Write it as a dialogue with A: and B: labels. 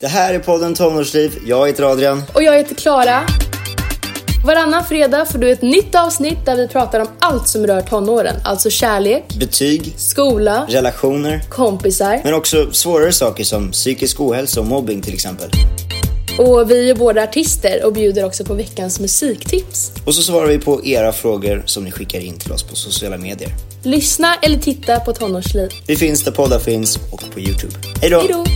A: Det här är podden Tonårsliv. Jag heter Adrian.
B: Och jag heter Klara. Varannan fredag får du ett nytt avsnitt där vi pratar om allt som rör tonåren. Alltså kärlek,
A: Betyg,
B: skola,
A: relationer,
B: kompisar.
A: men också svårare saker som psykisk ohälsa och mobbing till exempel.
B: Och vi är båda artister och bjuder också på veckans musiktips.
A: Och så svarar vi på era frågor som ni skickar in till oss på sociala medier.
B: Lyssna eller titta på Tonårsliv.
A: Vi finns där poddar finns och på Youtube. Hej då!
B: Hejdå!